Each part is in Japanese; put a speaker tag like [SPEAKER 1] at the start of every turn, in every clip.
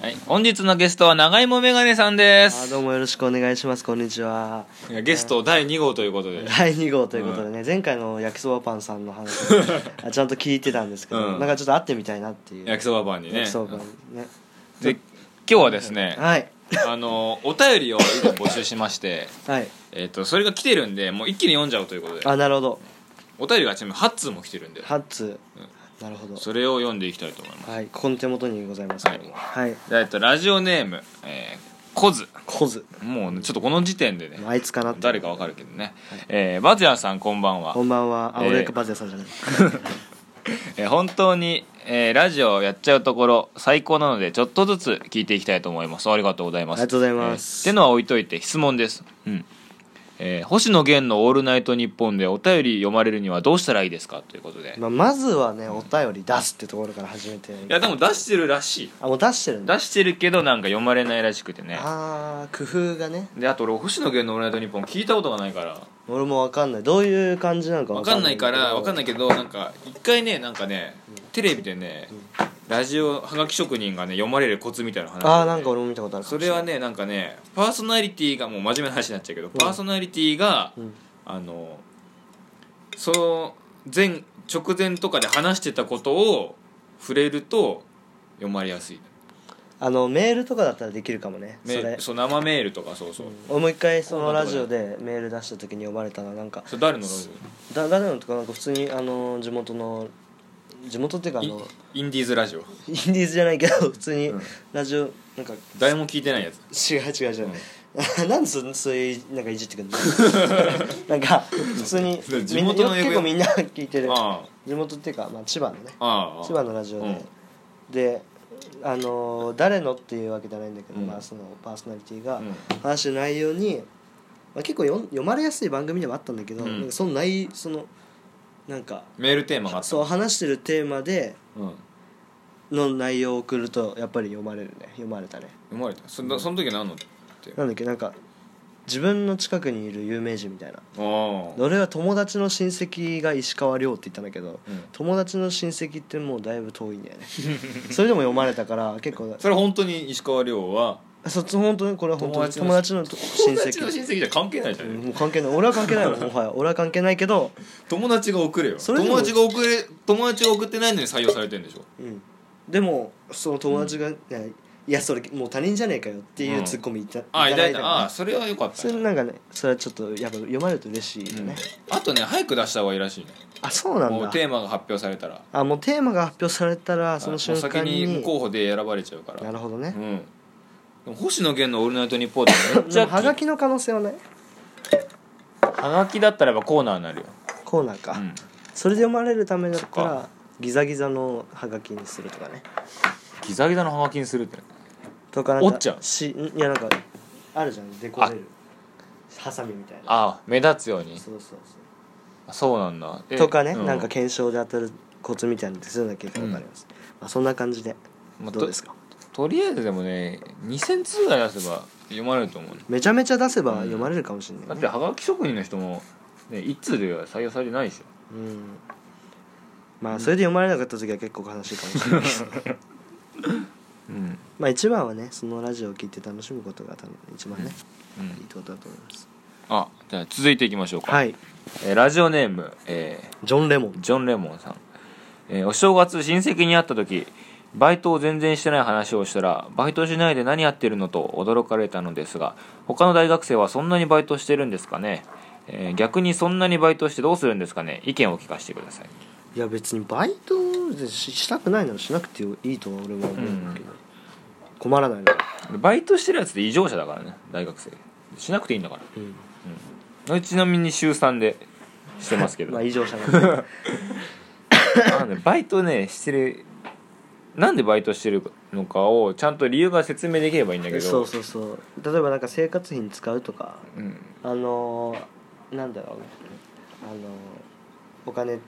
[SPEAKER 1] はい、本日のゲストは長芋メガネさんで
[SPEAKER 2] あ
[SPEAKER 1] す
[SPEAKER 2] どうもよろしくお願いしますこんにちは
[SPEAKER 1] ゲスト第2号ということで
[SPEAKER 2] 第2号ということでね、前回の焼きそばパンさんの 話あちゃんと聞いてたんですけど、
[SPEAKER 1] うん
[SPEAKER 2] なんかちょっと会ってみたいなっていう
[SPEAKER 1] 焼きそばパンにね
[SPEAKER 2] 焼きそばパンね
[SPEAKER 1] で今日はですね
[SPEAKER 2] はい
[SPEAKER 1] あのお便りを以前募集しまして、
[SPEAKER 2] はい
[SPEAKER 1] えっとそれが来てるんでもう一気に読んじゃおうということで
[SPEAKER 2] あなるほど
[SPEAKER 1] お便りがちなみに8通も来てるんで
[SPEAKER 2] ハッツ、なるほど
[SPEAKER 1] それを読んでいきたいと思います
[SPEAKER 2] はいここの手元にございますけどもはい
[SPEAKER 1] でえっとラジオネーム、えー、コズ
[SPEAKER 2] コズ
[SPEAKER 1] もうねちょっとこの時点でね
[SPEAKER 2] あいつかなって
[SPEAKER 1] 誰かわかるけどね、えーバズヤンさんこんばんは
[SPEAKER 2] こんばんはあ
[SPEAKER 1] えー
[SPEAKER 2] 俺レバズヤさんじゃない、
[SPEAKER 1] えー本当に、えーラジオをやっちゃうところ最高なのでちょっとずつ聞いていきたいと思いますありがとうございます
[SPEAKER 2] ありがとうございます
[SPEAKER 1] えーってのは置いといて質問です、うんえー星野源の「オールナイトニッポン」でお便り読まれるにはどうしたらいいですかということで、い
[SPEAKER 2] まあ、まずはねお便り出すってところから始めて
[SPEAKER 1] やでも出してるらしい
[SPEAKER 2] あもう出してるんだ
[SPEAKER 1] 出してるけどなんか読まれないらしくてね
[SPEAKER 2] あー工夫がね
[SPEAKER 1] であと俺星野源の「オールナイトニッポン」聞いたことがないから
[SPEAKER 2] 俺もわかんないどういう感じなのか
[SPEAKER 1] 分かんないから分かんないいけどなんか一回ねなんかねテレビでねラジオはがき職人がね読まれるコツみたいな話をね
[SPEAKER 2] ああーなんか俺も見たことあるか
[SPEAKER 1] そ
[SPEAKER 2] もし
[SPEAKER 1] れ
[SPEAKER 2] ない
[SPEAKER 1] はねなんかねパーソナリティがもう真面目な話になっちゃうけど、パーソナリティが、
[SPEAKER 2] ん
[SPEAKER 1] あのその前直前とかで話してたことを触れると読まれやすい
[SPEAKER 2] あのメールとかだったらできるかもねそ
[SPEAKER 1] メー
[SPEAKER 2] れ
[SPEAKER 1] ルそう生メールとかそうそう、
[SPEAKER 2] 俺も一回そのラジオでメール出した時に呼ばれたらなんか
[SPEAKER 1] それ誰のラジ
[SPEAKER 2] だ誰のとかなんか普通にあの地元の地元っていうかあ
[SPEAKER 1] オイ
[SPEAKER 2] の
[SPEAKER 1] ンインディーズラジオ
[SPEAKER 2] インディーズじゃないけど普通にラジオなんか
[SPEAKER 1] 誰も聞いてないやつ
[SPEAKER 2] 違う違う違う、 なんでそそういうなんかいじっ てくんのなんか普通に
[SPEAKER 1] それ地
[SPEAKER 2] みんな
[SPEAKER 1] 元の
[SPEAKER 2] 結構みんな聞いてる
[SPEAKER 1] あ
[SPEAKER 2] 地元っていうか、まあ、千葉のね
[SPEAKER 1] あああ
[SPEAKER 2] 千葉のラジオで、
[SPEAKER 1] うん
[SPEAKER 2] であのー誰のっていうわけじゃないんだけど、
[SPEAKER 1] うん
[SPEAKER 2] まあ、そのパーソナリティが
[SPEAKER 1] うん
[SPEAKER 2] 話してる内容に、まあ、結構よ読まれやすい番組ではあったんだけど、
[SPEAKER 1] うん
[SPEAKER 2] なんかその内そのなんか
[SPEAKER 1] メールテーマがあった
[SPEAKER 2] そう話してるテーマで
[SPEAKER 1] うん、
[SPEAKER 2] の内容を送るとやっぱり読まれるね読まれたね
[SPEAKER 1] 読まれたそんなその時何のって
[SPEAKER 2] なんだっけなんか自分の近くにいる有名人みたいな
[SPEAKER 1] ああ
[SPEAKER 2] 俺は友達の親戚が石川遼って言ったんだけど、
[SPEAKER 1] うん
[SPEAKER 2] 友達の親戚ってもうだいぶ遠いんだよねそれでも読まれたから結構
[SPEAKER 1] それ本当に石川遼は
[SPEAKER 2] そっち本当にこれは本当に友
[SPEAKER 1] 友達
[SPEAKER 2] 達の親
[SPEAKER 1] 友達の
[SPEAKER 2] 戚
[SPEAKER 1] 親戚じゃ関係ないじゃん、
[SPEAKER 2] もう関係ない俺は関 係ないもんもはや俺は関係ないけど、
[SPEAKER 1] 友達が送れよ
[SPEAKER 2] それで
[SPEAKER 1] 友
[SPEAKER 2] も
[SPEAKER 1] 達が送れ友達が送ってないのに採用されてんでしょ
[SPEAKER 2] うん、でもその友達が、いやいやそれもう他人じゃねえかよっていうツッコミいた,、
[SPEAKER 1] あい
[SPEAKER 2] た
[SPEAKER 1] た
[SPEAKER 2] だ
[SPEAKER 1] い
[SPEAKER 2] いた
[SPEAKER 1] た
[SPEAKER 2] よね
[SPEAKER 1] あそれはよかった
[SPEAKER 2] それ
[SPEAKER 1] ね、
[SPEAKER 2] なんかねそれはちょっとやっぱ読まれると嬉しいよ
[SPEAKER 1] う
[SPEAKER 2] ね
[SPEAKER 1] ん、あとね早く出した方がいいらしいね
[SPEAKER 2] あそうなんだ
[SPEAKER 1] もうテーマが発表されたら
[SPEAKER 2] あもうテーマが発表されたらその瞬間
[SPEAKER 1] もう先
[SPEAKER 2] に
[SPEAKER 1] に候補で選ばれちゃうから
[SPEAKER 2] なるほどね
[SPEAKER 1] う、んでも星野源の「オールナイトニッポン」ってめっ
[SPEAKER 2] じ
[SPEAKER 1] ち
[SPEAKER 2] ゃ
[SPEAKER 1] ゃ
[SPEAKER 2] あはがきの可能性はない
[SPEAKER 1] はがきだったらばコーナーになるよ、
[SPEAKER 2] コーナーか、
[SPEAKER 1] うん、
[SPEAKER 2] それで読まれるためだっ
[SPEAKER 1] そ
[SPEAKER 2] た
[SPEAKER 1] っ
[SPEAKER 2] らギザギザのはがきにするとかね
[SPEAKER 1] ギザギザのはがきにするって
[SPEAKER 2] とかなんか
[SPEAKER 1] 折っちゃう
[SPEAKER 2] しんいやなんかあるじゃんデコれるハサミみたいな
[SPEAKER 1] あ目立つように
[SPEAKER 2] そうそうそ
[SPEAKER 1] そうなんだ
[SPEAKER 2] うとかね、
[SPEAKER 1] う
[SPEAKER 2] なんか検証で当たるコツみたいなのってそういうのだけ分かります、まあ、そんな感じで、
[SPEAKER 1] まあ
[SPEAKER 2] どうですか
[SPEAKER 1] とりあえずでもね2000通ぐらい出せば読まれると思うね
[SPEAKER 2] めちゃめちゃ出せば読まれるかもしれな
[SPEAKER 1] だっ
[SPEAKER 2] い、
[SPEAKER 1] て
[SPEAKER 2] ね
[SPEAKER 1] はがき職人の人も、ね、一通では採用されてないでしょ
[SPEAKER 2] うんまあそれで読まれなかった時は結構悲しいかもしれないです、
[SPEAKER 1] うん、
[SPEAKER 2] まあ一番はねそのラジオを聞いて楽しむことが多分一番ね、いいってことだと思います
[SPEAKER 1] あじゃあ続いていきましょうか、
[SPEAKER 2] はい
[SPEAKER 1] えーラジオネーム、え
[SPEAKER 2] ジョン・レモ
[SPEAKER 1] ー
[SPEAKER 2] ン
[SPEAKER 1] ジョン・レモンさん、えーお正月親戚に会った時バイトを全然してない話をしたらバイトしないで何やってるのと驚かれたのですが他の大学生はそんなにバイトしてるんですかね、えー逆にそんなにバイトしてどうするんですかね意見を聞かせてください
[SPEAKER 2] いや別にバイトでししたくないならしなくていいとは俺は思うんだけど、困らないなら
[SPEAKER 1] バイトしてるやつって異常者だからね大学生しなくていいんだから
[SPEAKER 2] うん
[SPEAKER 1] 俺ちなみに週3でしてます けど
[SPEAKER 2] まあ異常者なんで
[SPEAKER 1] あのねバイトねしてるなんでバイトしてるのかをちゃんと理由が説明できればいいんだけど
[SPEAKER 2] そうそうそう例えばなんか生活費に使うとか
[SPEAKER 1] うん
[SPEAKER 2] あのー、なんだろうあのー、お金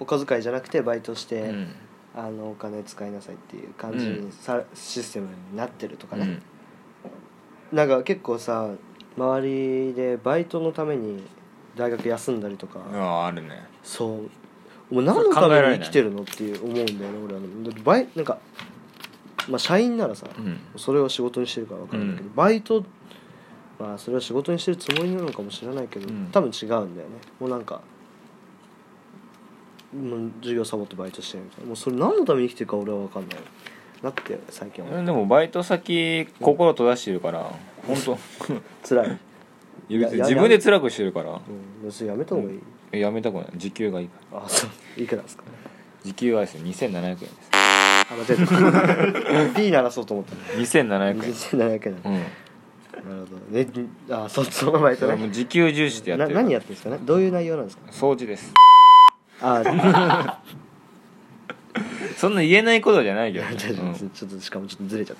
[SPEAKER 2] お小遣いじゃなくてバイトして、
[SPEAKER 1] うん
[SPEAKER 2] あのお金使いなさいっていう感じにさ、システムになってるとか
[SPEAKER 1] う
[SPEAKER 2] ね
[SPEAKER 1] ん、
[SPEAKER 2] なんか結構さ周りでバイトのために大学休んだりとか、
[SPEAKER 1] あああるね
[SPEAKER 2] そうお前何のために生きてるのっていう思うんだよね俺はだってバイなんかまあ、社員ならさ、
[SPEAKER 1] うん
[SPEAKER 2] それを仕事にしてるから分かるんだけど、
[SPEAKER 1] う
[SPEAKER 2] バイトまあそれは仕事にしてるつもりなのかもしれないけど、
[SPEAKER 1] うん
[SPEAKER 2] 多分違うんだよねもうなんかもう授業サボってバイトしてるみたいなもうそれ何のために生きてるか俺は分かんないなって最近
[SPEAKER 1] う
[SPEAKER 2] は
[SPEAKER 1] んでもバイト先心閉ざしてるから本当
[SPEAKER 2] 辛い、うん、
[SPEAKER 1] いや別に
[SPEAKER 2] いや
[SPEAKER 1] 自分で辛くしてるから
[SPEAKER 2] 別にやめた方がいい、
[SPEAKER 1] えやめたくない時給がいいから
[SPEAKER 2] あそういくらですか
[SPEAKER 1] 時給はですね2700円で
[SPEAKER 2] あ間 違えた P 鳴らそうと思った
[SPEAKER 1] す2700円
[SPEAKER 2] 2700円だ、
[SPEAKER 1] うん
[SPEAKER 2] なるほどねあそそのバイ
[SPEAKER 1] そ
[SPEAKER 2] ト
[SPEAKER 1] れはもう
[SPEAKER 2] ね
[SPEAKER 1] 時給重視でやって
[SPEAKER 2] な
[SPEAKER 1] るから
[SPEAKER 2] 何やってるんですかねどういう内容なんですか
[SPEAKER 1] 掃除です
[SPEAKER 2] あ
[SPEAKER 1] そんな言えないことじゃないけど、
[SPEAKER 2] 大丈
[SPEAKER 1] う
[SPEAKER 2] 夫
[SPEAKER 1] ん
[SPEAKER 2] ですちょっとしかもちょっとずれちゃっ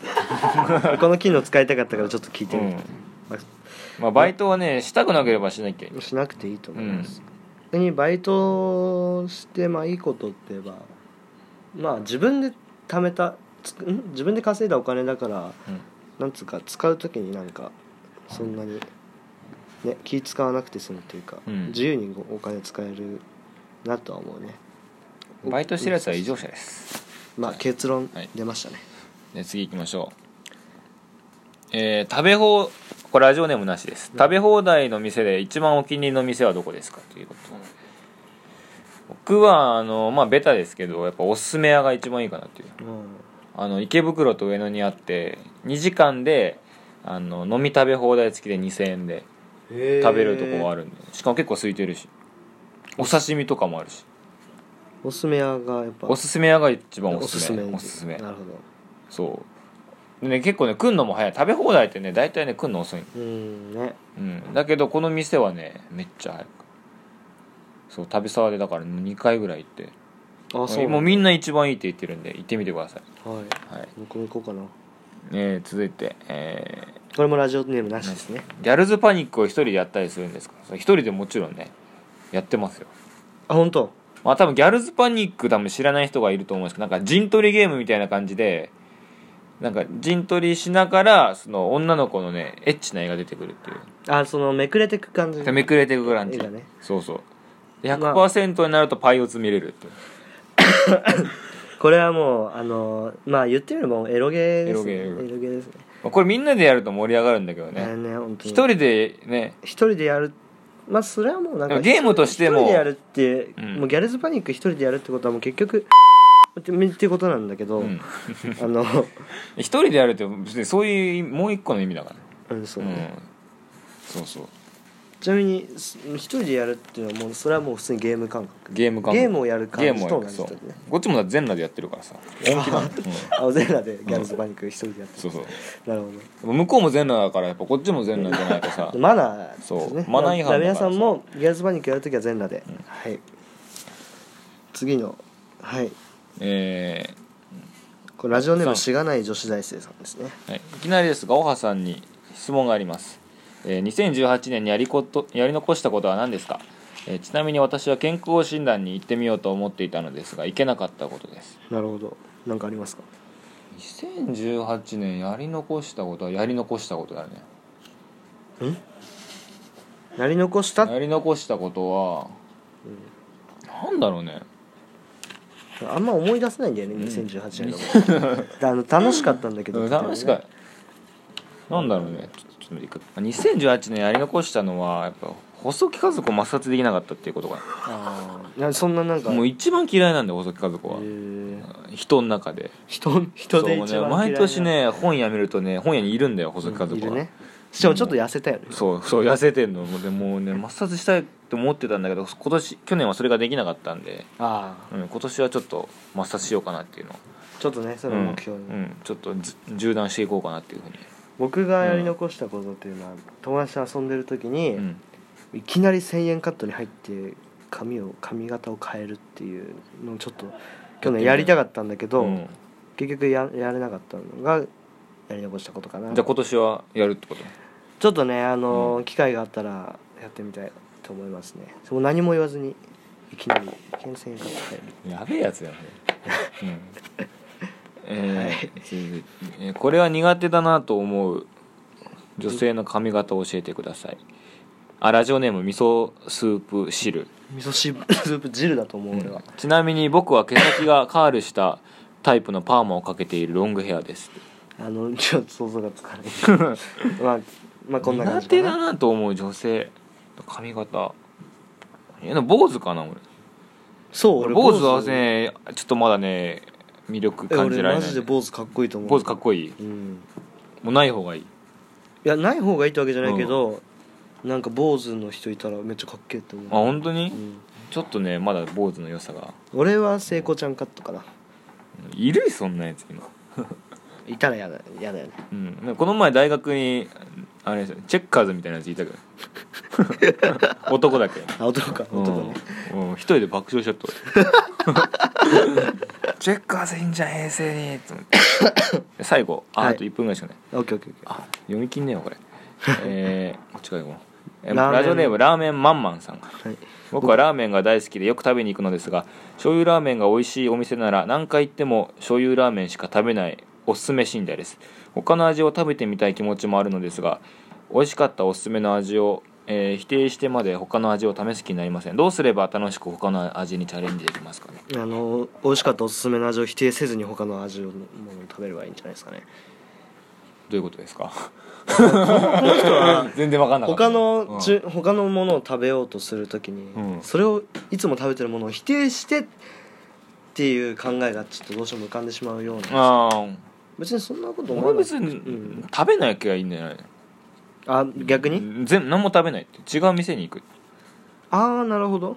[SPEAKER 2] た この機能使いたかったからちょっと聞いてみた、
[SPEAKER 1] まあ、バイトはねしたくなければしなきゃいけ
[SPEAKER 2] ま
[SPEAKER 1] な
[SPEAKER 2] あ
[SPEAKER 1] い
[SPEAKER 2] しなくていいと思います、逆にバイトしてまあいいことって言えばまあ自分で貯めたつん自分で稼いだお金だからなんつうか使う時になんかそんなに、ね、気使わなくて済むっていうか、
[SPEAKER 1] うん
[SPEAKER 2] 自由にお金使えるなとは思うね
[SPEAKER 1] うんバイトしてるやつは異常者です
[SPEAKER 2] まあ結論
[SPEAKER 1] はい
[SPEAKER 2] 出ましたね、
[SPEAKER 1] で次行きましょうえー食べ放これラジオネームなしです食べ放題の店で一番お気に入りの店はどこですかということ僕はあのまあベタですけどやっぱおすすめ屋が一番いいかなっていう
[SPEAKER 2] うん
[SPEAKER 1] あの池袋と上野にあって2時間であの飲み食べ放題付きで2000円で食べるとこはあ
[SPEAKER 2] る
[SPEAKER 1] るんでしかも結構空いてるしお刺身とかもあるし
[SPEAKER 2] おすすめ屋がやっぱ
[SPEAKER 1] おすすめ屋が一番お
[SPEAKER 2] お
[SPEAKER 1] すすめおすすめ
[SPEAKER 2] なるほ
[SPEAKER 1] そうでね結構ね来んのも早い食べ放題ってね大体ね来んの遅いの、
[SPEAKER 2] どうんね
[SPEAKER 1] うん、だけどこの店はねめっちゃ早くそう旅沢でだから2回ぐらい行って
[SPEAKER 2] あそう
[SPEAKER 1] もうみ
[SPEAKER 2] ん
[SPEAKER 1] んな一番いいって言ってるんで行ってみてください、
[SPEAKER 2] はい
[SPEAKER 1] はい
[SPEAKER 2] 僕も行こうかな
[SPEAKER 1] えー続いて、え
[SPEAKER 2] これもラジオネームなしですね
[SPEAKER 1] ーギャルズパニックを一人でやったりするんですかそれ一人でもちろんねやってますよ
[SPEAKER 2] あ本当
[SPEAKER 1] まあ多分ギャルズパニック多分知らない人がいると思うんですけどなんか陣取りゲームみたいな感じでなんか陣取りしながらその女の子のねエッチな絵が出てくるっていう
[SPEAKER 2] あそのめくれてく感じ
[SPEAKER 1] でめくれていく感じ、
[SPEAKER 2] 絵がね
[SPEAKER 1] そうそうで
[SPEAKER 2] まあ
[SPEAKER 1] 100%になるとパイオツ見れるっていう
[SPEAKER 2] これはもうあのーまあ言ってみればもうエロゲーですね
[SPEAKER 1] エロゲーエロゲー
[SPEAKER 2] ですね
[SPEAKER 1] まあこれみんなでやると盛り上がるんだけど
[SPEAKER 2] あれ
[SPEAKER 1] ね
[SPEAKER 2] ね本当
[SPEAKER 1] 一
[SPEAKER 2] に
[SPEAKER 1] 人でね
[SPEAKER 2] 一人でやるまあそれはもうなん
[SPEAKER 1] で
[SPEAKER 2] か
[SPEAKER 1] もゲームとしても
[SPEAKER 2] 一人でやるって、
[SPEAKER 1] うん
[SPEAKER 2] もうギャルズパニック一人でやるってことはもう結局ってってことなんだけど、
[SPEAKER 1] うん
[SPEAKER 2] あの、
[SPEAKER 1] 一人でやるって別にそういうもう一個の意味だからね
[SPEAKER 2] うんそううね
[SPEAKER 1] んそうそう
[SPEAKER 2] ちなみにす一人でやるっていうのはもうそれはもう普通にゲーム感覚
[SPEAKER 1] ゲーム感
[SPEAKER 2] ゲームをやる感
[SPEAKER 1] ゲー
[SPEAKER 2] じ
[SPEAKER 1] ムを
[SPEAKER 2] と
[SPEAKER 1] や
[SPEAKER 2] 同
[SPEAKER 1] る
[SPEAKER 2] じ
[SPEAKER 1] そ
[SPEAKER 2] だ
[SPEAKER 1] う
[SPEAKER 2] ね
[SPEAKER 1] こっちもだって全裸でやってるからさ本気なの、うん、
[SPEAKER 2] あゼラでギャルズパニック一人でやって
[SPEAKER 1] そうそう
[SPEAKER 2] るなるほ
[SPEAKER 1] 向こうも全裸だからやっぱこっちも全裸じゃないと さ
[SPEAKER 2] どマナーです
[SPEAKER 1] そう
[SPEAKER 2] ね
[SPEAKER 1] マナー違反だから
[SPEAKER 2] 皆さんもギャルズパニックやるときは全裸で、はい次のはい
[SPEAKER 1] え
[SPEAKER 2] これラジオネームしがない女子大生さんですね
[SPEAKER 1] ーはい、いきなりですがオハさんに質問があります、えー2018年にやりことやり残したことは何ですか、えーちなみに私は健康診断に行ってみようと思っていたのですが行けなかったことです
[SPEAKER 2] なるほどなんかありますか
[SPEAKER 1] 2018年やり残したことはやり残したことだね
[SPEAKER 2] やり残した
[SPEAKER 1] やり残したことは、なんだろうね
[SPEAKER 2] あんま思い出せないんだよね2018年の ことあの楽しかったんだけど
[SPEAKER 1] 楽しかったなんだろうねちょちょっと待って2018年やり残したのはやっぱ細木数子抹殺できなかったっていうことか
[SPEAKER 2] ああそんななんか
[SPEAKER 1] なもう一番嫌いなんだよ細木数子は
[SPEAKER 2] えー
[SPEAKER 1] 人の中で
[SPEAKER 2] 人人で一番
[SPEAKER 1] そ
[SPEAKER 2] 嫌い
[SPEAKER 1] うね
[SPEAKER 2] な
[SPEAKER 1] 毎年ね本屋見るとね本屋にいるんだよ細木数
[SPEAKER 2] い
[SPEAKER 1] 子
[SPEAKER 2] る
[SPEAKER 1] は、
[SPEAKER 2] ねしかもちょっと痩せたよね
[SPEAKER 1] そうそう痩せてんのでもうね抹殺したいと思ってたんだけど今年去年はそれができなかったんで、
[SPEAKER 2] ああ
[SPEAKER 1] うん、今年はちょっと抹殺しようかなっていうのを
[SPEAKER 2] ちょっとねそれを目標に、
[SPEAKER 1] うんうん、ちょっとず縦断していこうかなっていうふうに
[SPEAKER 2] 僕がやり残したことっていうのは、友達と遊んでる時に、
[SPEAKER 1] うん
[SPEAKER 2] いきなり1000円カットに入って髪を髪型を変えるっていうのをちょっと去年やりたかったんだけど、
[SPEAKER 1] うん
[SPEAKER 2] 結局ややれなかったのがやり残したことかな
[SPEAKER 1] じゃあ今年はやるってこと
[SPEAKER 2] ちょっとねあのー、機会があったらやってみたいと思いますねもう何も言わずにいきなり牽制が入る
[SPEAKER 1] やべえやつやね、うんえー続いてえーこれは苦手だなと思う女性の髪型を教えてくださいあラジオネーム味噌スープ汁
[SPEAKER 2] 味噌汁スープ汁だと思う俺は、
[SPEAKER 1] ちなみに僕は毛先がカールしたタイプのパーマをかけているロングヘアです
[SPEAKER 2] あのちょっと想像がつか ないまあまあこんな感
[SPEAKER 1] 苦
[SPEAKER 2] じ
[SPEAKER 1] 手
[SPEAKER 2] か
[SPEAKER 1] だ
[SPEAKER 2] な
[SPEAKER 1] なと思う女性髪型えな坊主かな俺
[SPEAKER 2] そう
[SPEAKER 1] 俺
[SPEAKER 2] 俺
[SPEAKER 1] 坊主はねちょっとまだね魅力
[SPEAKER 2] え
[SPEAKER 1] 感じ
[SPEAKER 2] 俺
[SPEAKER 1] られ
[SPEAKER 2] マ
[SPEAKER 1] ない
[SPEAKER 2] ジで坊主かっこいいと思う
[SPEAKER 1] 坊主かっこいい
[SPEAKER 2] うん
[SPEAKER 1] もうない方がいい
[SPEAKER 2] いやない方がいいってわけじゃないけど、なんか坊主の人いたらめっちゃかっけえって
[SPEAKER 1] あ
[SPEAKER 2] 思う、
[SPEAKER 1] 本当に、
[SPEAKER 2] うん、
[SPEAKER 1] ちょっとねまだ坊主の良さが
[SPEAKER 2] 俺は聖子ちゃんカットかない
[SPEAKER 1] るそんなやつ今、
[SPEAKER 2] いたらやだやだよね
[SPEAKER 1] うん、なんかこの前大学にあれですよチェッカーズみたいなやつい たけど男だけ
[SPEAKER 2] あ男か男ね、
[SPEAKER 1] うん、うん一人で爆笑しちゃ った俺チェッカーズいいんじゃん平成にと思って最後あ,、
[SPEAKER 2] は
[SPEAKER 1] あ
[SPEAKER 2] い
[SPEAKER 1] と1分ぐらいしかない
[SPEAKER 2] オッケーオッケーオッケー
[SPEAKER 1] あ読み切んねえわこれえ ー、こっちから行こうえー
[SPEAKER 2] ラーメン
[SPEAKER 1] ラジオネームラーメンマンマンさん
[SPEAKER 2] はい
[SPEAKER 1] 僕はラーメンが大好きでよく食べに行くのですが醤油ラーメンが美味しいお店なら何回行っても醤油ラーメンしか食べないおすすめ信者です他の味を食べてみたい気持ちもあるのですが美味しかったおすすめの味を、えー否定してまで他の味を試す気になりませんどうすれば楽しく他の味にチャレンジできますかね
[SPEAKER 2] あの美味しかったおすすめの味を否定せずに他の味をものを食べればいいんじゃないですかね
[SPEAKER 1] どういうことです か
[SPEAKER 2] この人は
[SPEAKER 1] 全然わかんなかった
[SPEAKER 2] 他の、
[SPEAKER 1] うん
[SPEAKER 2] ちゅ他のものを食べようとするときに、
[SPEAKER 1] うん
[SPEAKER 2] それをいつも食べてるものを否定してっていう考えがちょっとどうしても浮かんでしまうような
[SPEAKER 1] あー
[SPEAKER 2] 別にそんなこと思わ
[SPEAKER 1] 俺
[SPEAKER 2] ない
[SPEAKER 1] 別に、
[SPEAKER 2] うん
[SPEAKER 1] 食べなきゃいいんじゃない
[SPEAKER 2] あ逆に、
[SPEAKER 1] 全何も食べないって違う店に行く
[SPEAKER 2] ああなるほど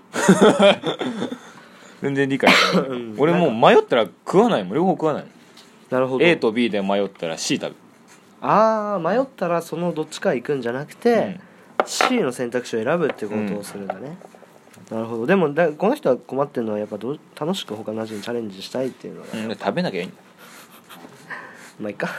[SPEAKER 1] 全然理解できない
[SPEAKER 2] うん
[SPEAKER 1] 俺もう迷ったら食わないもん両方食わないもん
[SPEAKER 2] なるほど
[SPEAKER 1] A と B で迷ったら C 食
[SPEAKER 2] ああ迷ったらそのどっちか行くんじゃなく
[SPEAKER 1] べる、
[SPEAKER 2] て、C の選択肢を選ぶってことをするんだね、なるほどでもだこの人は困ってるのはやっぱどう楽しく他の味にチャレンジしたいっていうのが、
[SPEAKER 1] うんうん、で食べなきゃいいんだ
[SPEAKER 2] まあいっか